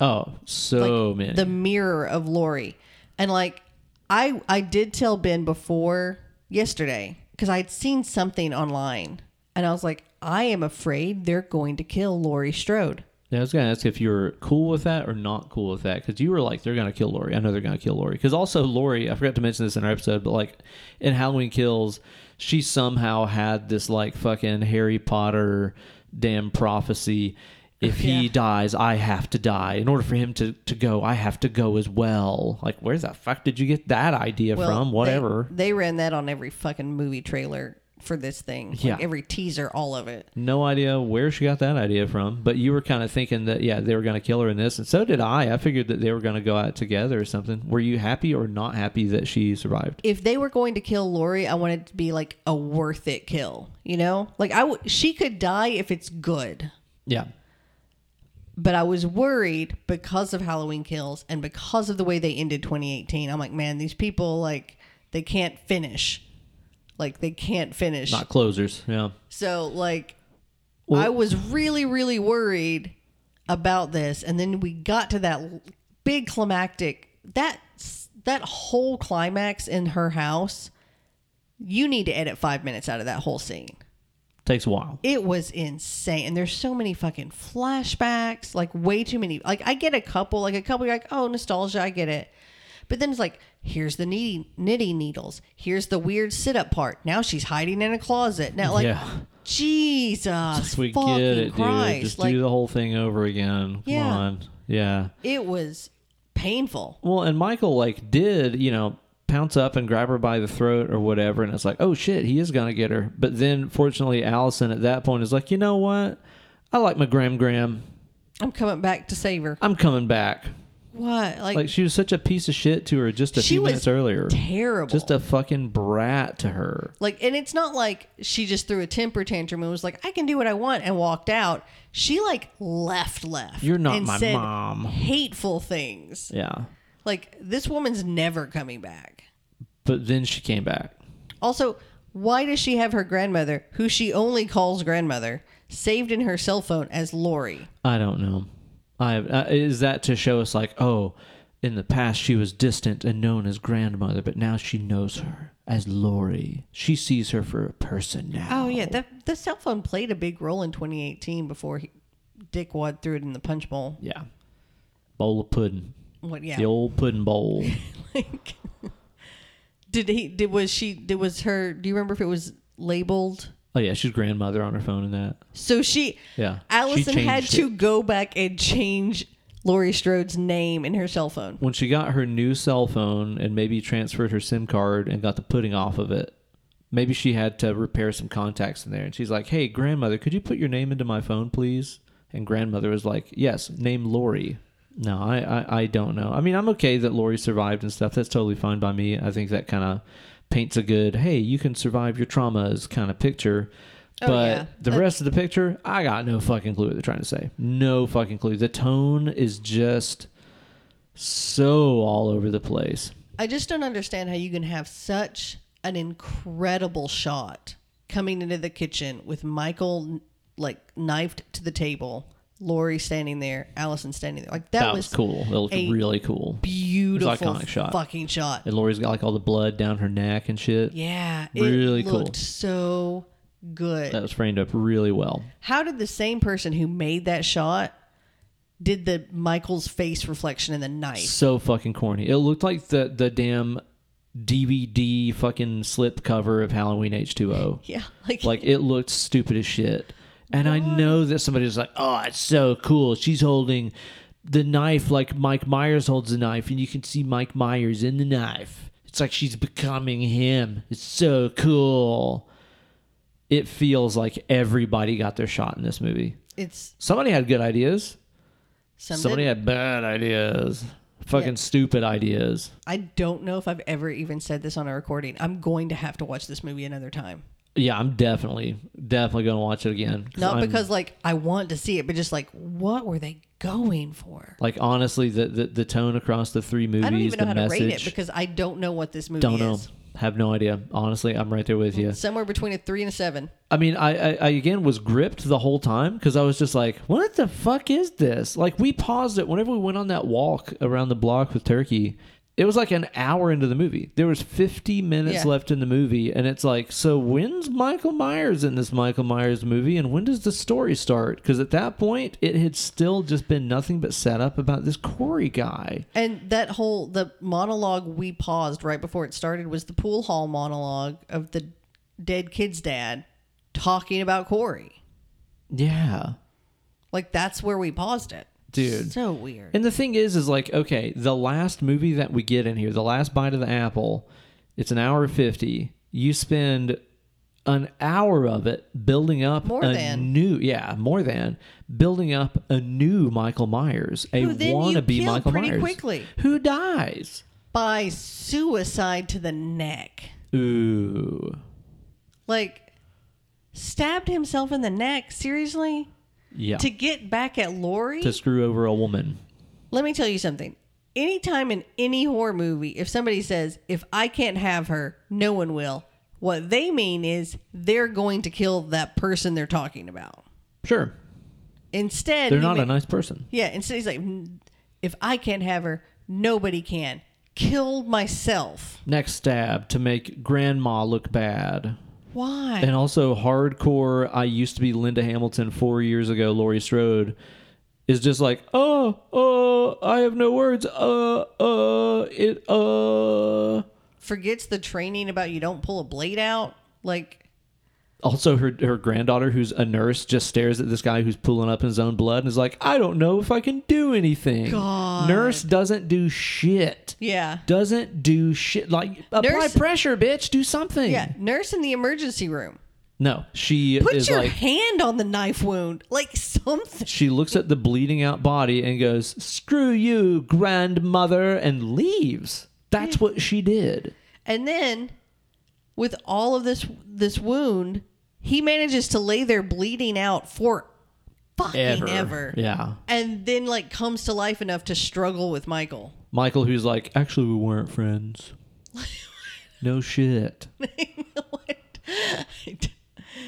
S1: Oh, so many.
S2: the mirror of lori and like i i did tell ben before yesterday because i'd seen something online and i was like i am afraid they're going to kill lori strode
S1: yeah, I was gonna ask if you're cool with that or not cool with that because you were like, they're gonna kill Lori. I know they're gonna kill Lori because also Lori. I forgot to mention this in our episode, but like in Halloween Kills, she somehow had this like fucking Harry Potter damn prophecy. If he
S2: Yeah.
S1: dies, I have to die. In order for him to, to go, I have to go as well. Like, where the fuck did you get that idea
S2: Well,
S1: from?
S2: they-
S1: Whatever.
S2: they, ran that on every fucking movie trailer for this thing
S1: Yeah.
S2: like every teaser all of it
S1: No idea where she got that idea from, but you were kind of thinking that yeah they were going to kill her in this, and so did I. I figured that they were going to go out together or something. Were you happy or not happy that she survived?
S2: if they were going to kill Lori, I wanted it to be like a worth it kill, you know? Like I w- she could die if it's good.
S1: Yeah,
S2: But I was worried because of Halloween kills and because of the way they ended 2018. I'm like, man, these people like they can't finish. Like they can't finish.
S1: not closers. Yeah,
S2: so like
S1: Well-
S2: I was really really worried about this and then we got to that l- big climactic that s- that whole climax in her house. You need to edit 5 minutes out of that whole scene
S1: takes a while.
S2: it was insane and there's so many fucking flashbacks like way too many like i get a couple like a couple you're like oh nostalgia i get it but then it's like here's the knitting, knitting needles here's the weird sit-up part now she's hiding in a closet now like
S1: Yeah.
S2: jesus
S1: We
S2: fucking
S1: get it,
S2: christ
S1: dude. Just
S2: like
S1: do the whole thing over again. Come
S2: Yeah.
S1: on. Yeah.
S2: it was painful
S1: Well, and Michael like did, you know, pounce up and grab her by the throat or whatever, and it's like, oh shit, he is gonna get her. But then fortunately, Allison at that point is like, you know what? I like my Graham Graham.
S2: i'm coming back to save her
S1: I'm coming back.
S2: what like,
S1: Like she was such a piece of shit to her just a
S2: She
S1: few
S2: was
S1: minutes earlier.
S2: terrible
S1: Just a fucking brat to her.
S2: Like, and it's not like she just threw a temper tantrum and was like, "I can do what I want" and walked out. She like left, left.
S1: You're not
S2: and
S1: my
S2: said
S1: mom.
S2: Hateful things.
S1: Yeah.
S2: Like this woman's never coming back.
S1: But then she came back.
S2: Also, why does she have her grandmother, who she only calls grandmother, saved in her cell phone as Lori?
S1: I don't know. I uh, is that to show us like, oh, In the past, she was distant and known as grandmother, but now she knows her as Lori. She sees her for a person now.
S2: Oh yeah, the the cell phone played a big role in 2018 before he, Dick Wad threw it in the punch bowl.
S1: Yeah. Bowl of pudding.
S2: What? Yeah.
S1: The old pudding bowl.
S2: like, did he? Did was she? Did was her? Do you remember if it was labeled?
S1: oh, yeah. She's grandmother on her phone and that.
S2: So she,
S1: Yeah. She
S2: Allison had
S1: changed
S2: to
S1: it.
S2: go back and change Lori Strode's name in her cell phone.
S1: When she got her new cell phone and maybe transferred her SIM card and got the pudding off of it, maybe she had to repair some contacts in there. And she's like, hey, grandmother, could you put your name into my phone, please? And grandmother was like, yes, name Lori. No, I, I, I don't know. I mean, I'm okay that Lori survived and stuff. That's totally fine by me. I think that kind of paints a good, hey, you can survive your traumas kind of picture.
S2: Oh,
S1: but
S2: yeah.
S1: the
S2: Uh,
S1: rest of the picture, I got no fucking clue what they're trying to say. No fucking clue. The tone is just so all over the place.
S2: I just don't understand how you can have such an incredible shot coming into the kitchen with Michael like knifed to the table, Lori standing there, Allison standing there. Like that,
S1: That, was, cool. That looked
S2: a-
S1: really cool.
S2: beautiful
S1: iconic shot.
S2: fucking shot.
S1: And Lori's got like all the blood down her neck and shit.
S2: Yeah,
S1: Really
S2: it
S1: cool.
S2: looked so good.
S1: That was framed up really well.
S2: How did the same person who made that shot did the Michael's face reflection in the knife?
S1: So fucking corny. It looked like the the damn DVD fucking slip cover of Halloween H two O.
S2: Yeah, like,
S1: Like it looked stupid as shit. And I know that somebody was like, "Oh, it's so cool. She's holding the knife like Mike Myers holds the knife, and you can see Mike Myers in the knife. It's like she's becoming him. It's so cool." It feels like everybody got their shot in this movie.
S2: it's
S1: Somebody had good ideas.
S2: some
S1: somebody
S2: did-
S1: had bad ideas. Fucking
S2: Yeah.
S1: stupid ideas.
S2: I don't know if I've ever even said this on a recording. I'm going to have to watch this movie another time.
S1: Yeah, I'm definitely, definitely gonna watch it again. 'Cause
S2: Not
S1: I'm-
S2: because like I want to see it, but just like what were they going for?
S1: like honestly, the, the the tone across the three movies,
S2: I don't even
S1: the
S2: know how
S1: message,
S2: to rate it because I don't know what this movie
S1: don't know,
S2: is.
S1: have no idea. Honestly, I'm right there with you.
S2: Somewhere between a three and a seven.
S1: I mean, I, I, I again was gripped the whole time because I was just like, what the fuck is this? Like, we paused it whenever we went on that walk around the block with Turkey. It was like an hour into the movie. There was 50 minutes
S2: Yeah.
S1: left in the movie, and it's like, so when's Michael Myers in this Michael Myers movie, and when does the story start? Because at that point, it had still just been nothing but setup about this Corey guy.
S2: And that whole the monologue we paused right before it started was the pool hall monologue of the dead kid's dad talking about Corey.
S1: Yeah.
S2: Like that's where we paused it.
S1: Dude.
S2: So weird.
S1: And the thing is, is like, okay, the last movie that we get in here, the last bite of the apple, it's an hour fifty. You spend an hour of it building up
S2: More
S1: a
S2: than.
S1: new, yeah, more than building up a new Michael Myers, a
S2: Who then you
S1: wannabe
S2: kill
S1: Michael
S2: pretty
S1: Myers,
S2: quickly.
S1: who dies.
S2: By suicide to the neck.
S1: Ooh,
S2: Like stabbed himself in the neck, seriously?
S1: yeah,
S2: To
S1: to,
S2: get back at Lori?
S1: screw over a woman.
S2: Let me tell you something. Anytime in any horror movie, if somebody says, if I can't have her, no one will, what they mean is they're going to kill that person they're talking about.
S1: Sure,
S2: Instead,
S1: they're
S2: he
S1: not
S2: ma-
S1: a nice person.
S2: Yeah, instead he's like, "N- if I can't have her, nobody can. Kill myself.
S1: Next stab to make grandma look bad.
S2: Why?
S1: And also hardcore I used to be Linda Hamilton four years ago, Laurie Strode is just like, oh, oh, I have no words. Uh uh it uh
S2: Forgets the training about you don't pull a blade out. Like,
S1: also her her granddaughter who's a nurse just stares at this guy who's pulling up his own blood and is like, I don't know if I can do anything.
S2: God.
S1: Nurse doesn't do shit.
S2: yeah.
S1: Doesn't do shit like apply
S2: Nurse-
S1: pressure, bitch. Do something.
S2: Yeah, nurse in the emergency room.
S1: No, she
S2: Put
S1: is
S2: your
S1: like
S2: hand on the knife wound. Like something.
S1: She looks at the bleeding out body and goes, "Screw you, grandmother," and leaves. That's what she did.
S2: And then with all of this this wound, he manages to lay there bleeding out for fucking ever.
S1: Yeah.
S2: And then like comes to life enough to struggle with Michael.
S1: Michael who's like, "Actually, we weren't friends." no shit.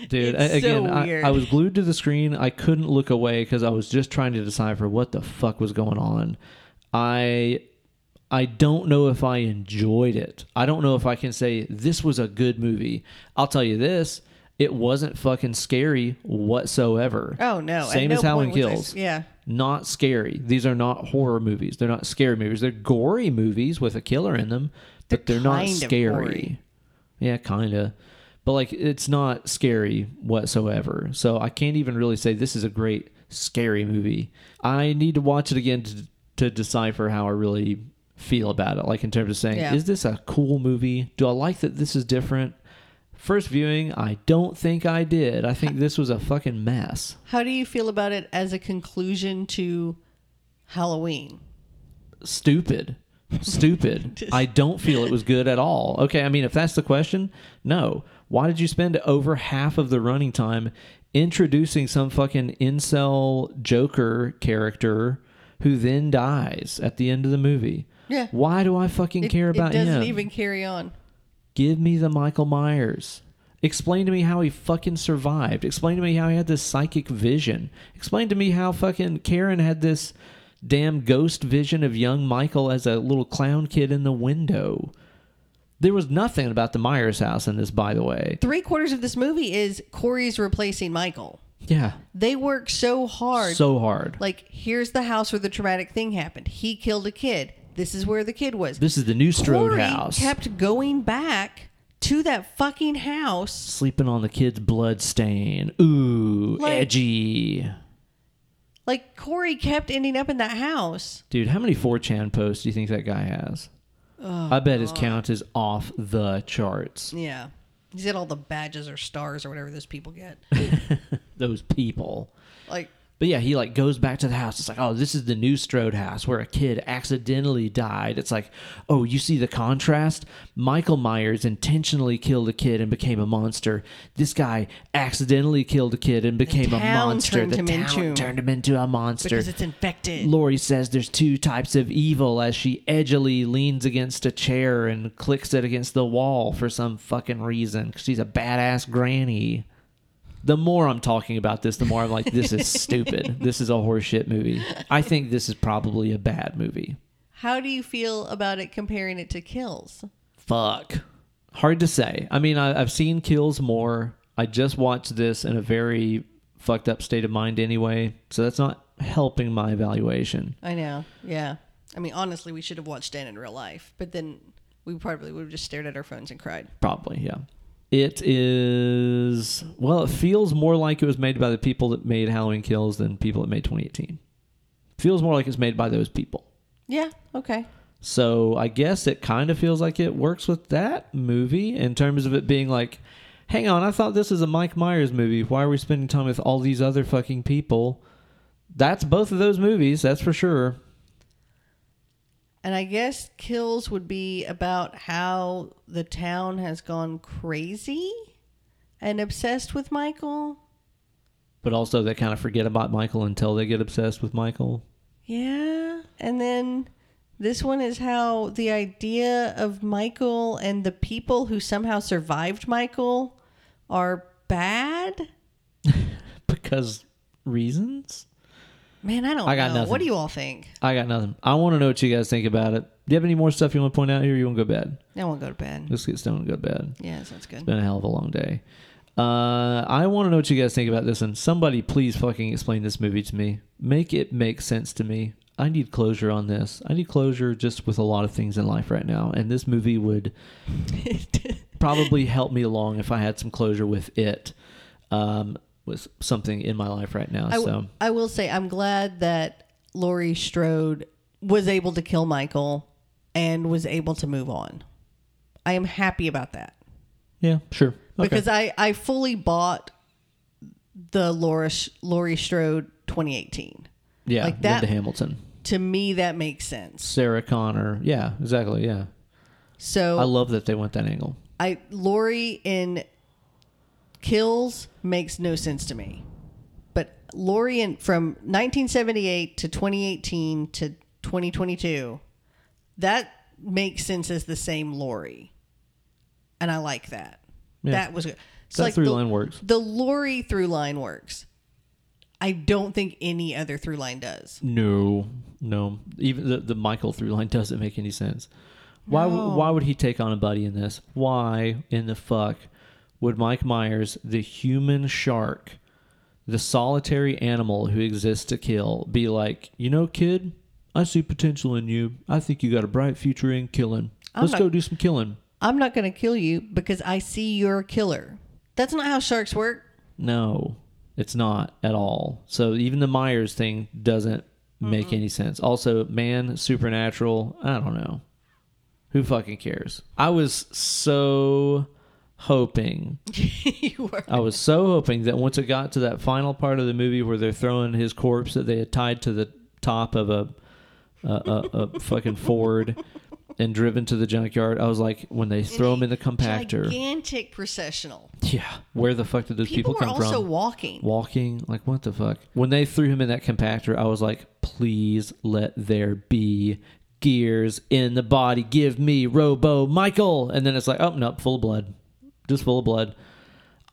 S1: Dude,
S2: It's
S1: I-
S2: so
S1: again, I-
S2: weird.
S1: I, was glued to the screen. I couldn't look away because I was just trying to decipher what the fuck was going on. I I don't know if I enjoyed it. I don't know if I can say this was a good movie. I'll tell you this, it wasn't fucking scary whatsoever.
S2: Oh no! At
S1: Same
S2: no
S1: as Howling
S2: point was I-
S1: Kills.
S2: yeah.
S1: Not scary. These are not horror movies. They're not scary movies. They're gory movies with a killer in them, but
S2: They're
S1: they're not
S2: kind of
S1: scary.
S2: gory.
S1: Yeah, kind of. But like it's not scary whatsoever. So I can't even really say this is a great scary movie. I need to watch it again to to decipher how I really feel about it. Like in terms of saying,
S2: Yeah.
S1: is this a cool movie? Do I like that this is different? First viewing, I don't think I did. I think this was a fucking mess.
S2: How do you feel about it as a conclusion to Halloween?
S1: stupid stupid i don't feel it was good at all okay i mean if that's the question no why did you spend over half of the running time introducing some fucking incel joker character who then dies at the end of the movie
S2: Yeah.
S1: why do i fucking
S2: It-
S1: care about
S2: it doesn't
S1: him
S2: even carry on.
S1: give me the michael myers explain to me how he fucking survived explain to me how he had this psychic vision explain to me how fucking karen had this damn ghost vision of young michael as a little clown kid in the window there was nothing about the myers house in this by the way
S2: Three quarters of this movie is Corey's replacing Michael.
S1: yeah
S2: They work so hard.
S1: so hard
S2: like, here's the house where the traumatic thing happened. He killed a kid. This is where the kid was.
S1: this is the new strode
S2: Corey
S1: house
S2: kept going back to that fucking house.
S1: sleeping on the kid's blood stain ooh
S2: Like-
S1: edgy
S2: Like Corey kept ending up in that house.
S1: Dude, how many 4chan posts do you think that guy has?
S2: Oh,
S1: I bet his count is off the charts.
S2: Yeah. He's got all the badges or stars or whatever those people get.
S1: Those people.
S2: Like,
S1: But yeah, he like goes back to the house. It's like, oh, this is the new Strode house where a kid accidentally died. It's like, oh, you see the contrast? Michael Myers intentionally killed a kid and became a monster. This guy accidentally killed a kid and became a
S2: town
S1: monster.
S2: turned
S1: the
S2: him
S1: town
S2: into-
S1: turned him into a monster.
S2: because it's infected.
S1: Lori says there's two types of evil as she edgily leans against a chair and clicks it against the wall for some fucking reason because she's a badass granny. The more I'm talking about this, the more I'm like, this is stupid. This is a horseshit movie. I think this is probably a bad movie.
S2: How do you feel about it comparing it to Kills?
S1: Fuck. Hard to say. I mean, I, I've seen Kills more. I just watched this in a very fucked up state of mind anyway, so that's not helping my evaluation.
S2: I know. Yeah. I mean, honestly, we should have watched Dan in real life, but then we probably would have just stared at our phones and cried.
S1: Probably, yeah. It is well, it feels more like it was made by the people that made Halloween Kills than people that made 2018. Feels more like it's made by those people.
S2: Yeah. Okay.
S1: So I guess it kind of feels like it works with that movie in terms of it being like, hang on, I thought this was a Mike Myers movie. Why are we spending time with all these other fucking people? That's both of those movies, that's for sure.
S2: And I guess Kills would be about how the town has gone crazy and obsessed with Michael.
S1: But also they kind of forget about Michael until they get obsessed with Michael.
S2: Yeah. And then this one is how the idea of Michael and the people who somehow survived Michael are bad.
S1: Because reasons?
S2: Man, I don't
S1: I got
S2: know.
S1: nothing.
S2: What do you all think?
S1: I got nothing. I want to know what you guys think about it. Do you have any more stuff you want to point out here? Or you want to go to bed?
S2: I won't go to bed.
S1: Let's get stoned and go to bed.
S2: Yeah, sounds good.
S1: It's been a hell of a long day. Uh, I want to know what you guys think about this, and somebody please fucking explain this movie to me. Make it make sense to me. I need closure on this. I need closure just with a lot of things in life right now, and this movie would probably help me along if I had some closure with it, um, with something in my life right now.
S2: I, w-
S1: so
S2: I will say I'm glad that Laurie Strode was able to kill Michael and was able to move on. I am happy about that
S1: yeah, sure. Okay.
S2: because I, I fully bought the Laura Sh- Laurie Strode 2018.
S1: yeah,
S2: like that-
S1: Linda Hamilton,
S2: To me, that makes sense.
S1: Sarah Connor. Yeah, exactly. Yeah.
S2: So
S1: I
S2: I,
S1: love that they went that angle.
S2: Lori in Kills makes no sense to me, but Lori in from 1978 to 2018 to 2022, that makes sense as the same Lori, and I like that.
S1: Yeah.
S2: That was good. It's
S1: that
S2: like
S1: through
S2: the,
S1: line works.
S2: The Lori through line works. I don't think any other through line does.
S1: No, no. Even the, the Michael through line doesn't make any sense. Why w
S2: No.
S1: why would he take on a buddy in this? Why in the fuck would Mike Myers, the human shark, the solitary animal who exists to kill, be like, you know, kid, I see potential in you. I think you got a bright future in killing.
S2: I'm
S1: Let's
S2: not-
S1: go do some killing.
S2: I'm not going to kill you because I see you're a killer. That's not how sharks work.
S1: No, it's not at all. So even the Myers thing doesn't make any sense. Also, man, supernatural, I don't know. Who fucking cares? I was so hoping.
S2: you were.
S1: I was so hoping that once it got to that final part of the movie where they're throwing his corpse that they had tied to the top of a a, a, a fucking Ford and driven to the junkyard, I was like, when they throw him in the compactor,
S2: Gigantic processional.
S1: yeah, where the fuck did those people,
S2: People, were
S1: come
S2: also
S1: from?
S2: walking.
S1: walking. Like, what the fuck? When they threw him in that compactor, I was like, please let there be gears in the body. Give me Robo Michael. And then it's like, oh, no, full of blood. Just full of blood.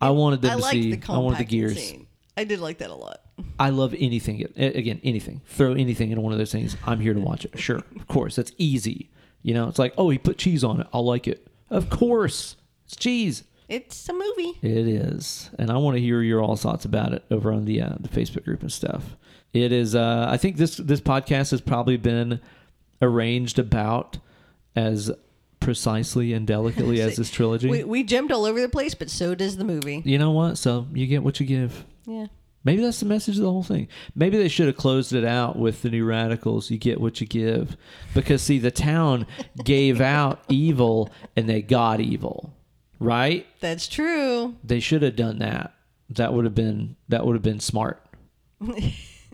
S1: I wanted them
S2: I
S1: to
S2: liked
S1: see.
S2: the
S1: I
S2: compact
S1: wanted the gears.
S2: Scene. I did like that a lot.
S1: I love anything. a- Again, anything. Throw anything in one of those things. I'm here to watch it. Sure, of course. That's easy. You know, it's like, oh, he put cheese on it. I'll like it. Of course, it's cheese.
S2: It's a movie.
S1: It is, and I want to hear your all thoughts about it over on the uh, the Facebook group and stuff. It is. Uh, I think this this podcast has probably been arranged about as precisely and delicately as this trilogy.
S2: We, we gemmed all over the place, but so does the movie.
S1: you know what? So you get what you give.
S2: Yeah.
S1: Maybe that's the message of the whole thing. Maybe they should have closed it out with the new radicals. You get what you give. Because, see, the town gave out evil and they got evil, right?
S2: That's true.
S1: They should have done that. That would have been that would have been smart.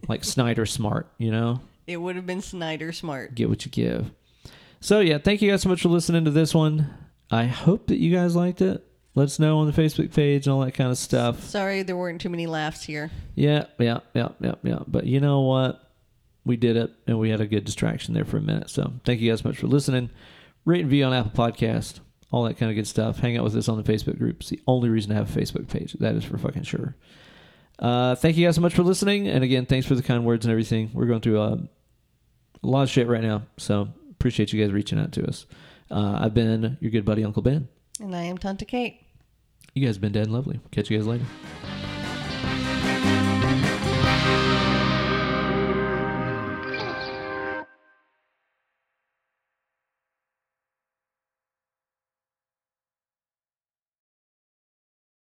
S1: like Snyder smart, you know?
S2: It would have been Snyder smart.
S1: Get what you give. So yeah, thank you guys so much for listening to this one. I hope that you guys liked it. Let us know on the Facebook page and all that kind of stuff.
S2: Sorry, there weren't too many laughs here.
S1: Yeah, yeah, yeah, yeah, yeah. But you know what? We did it, and we had a good distraction there for a minute. So thank you guys much for listening. Rate and view on Apple Podcast, all that kind of good stuff. Hang out with us on the Facebook group. It's the only reason I have a Facebook page. That is for fucking sure. Uh, thank you guys so much for listening, and again, thanks for the kind words and everything. We're going through a, a lot of shit right now, so appreciate you guys reaching out to us. Uh, I've been your good buddy Uncle Ben.
S2: And I am Tanta Kate.
S1: You guys have been dead and lovely. Catch you guys later.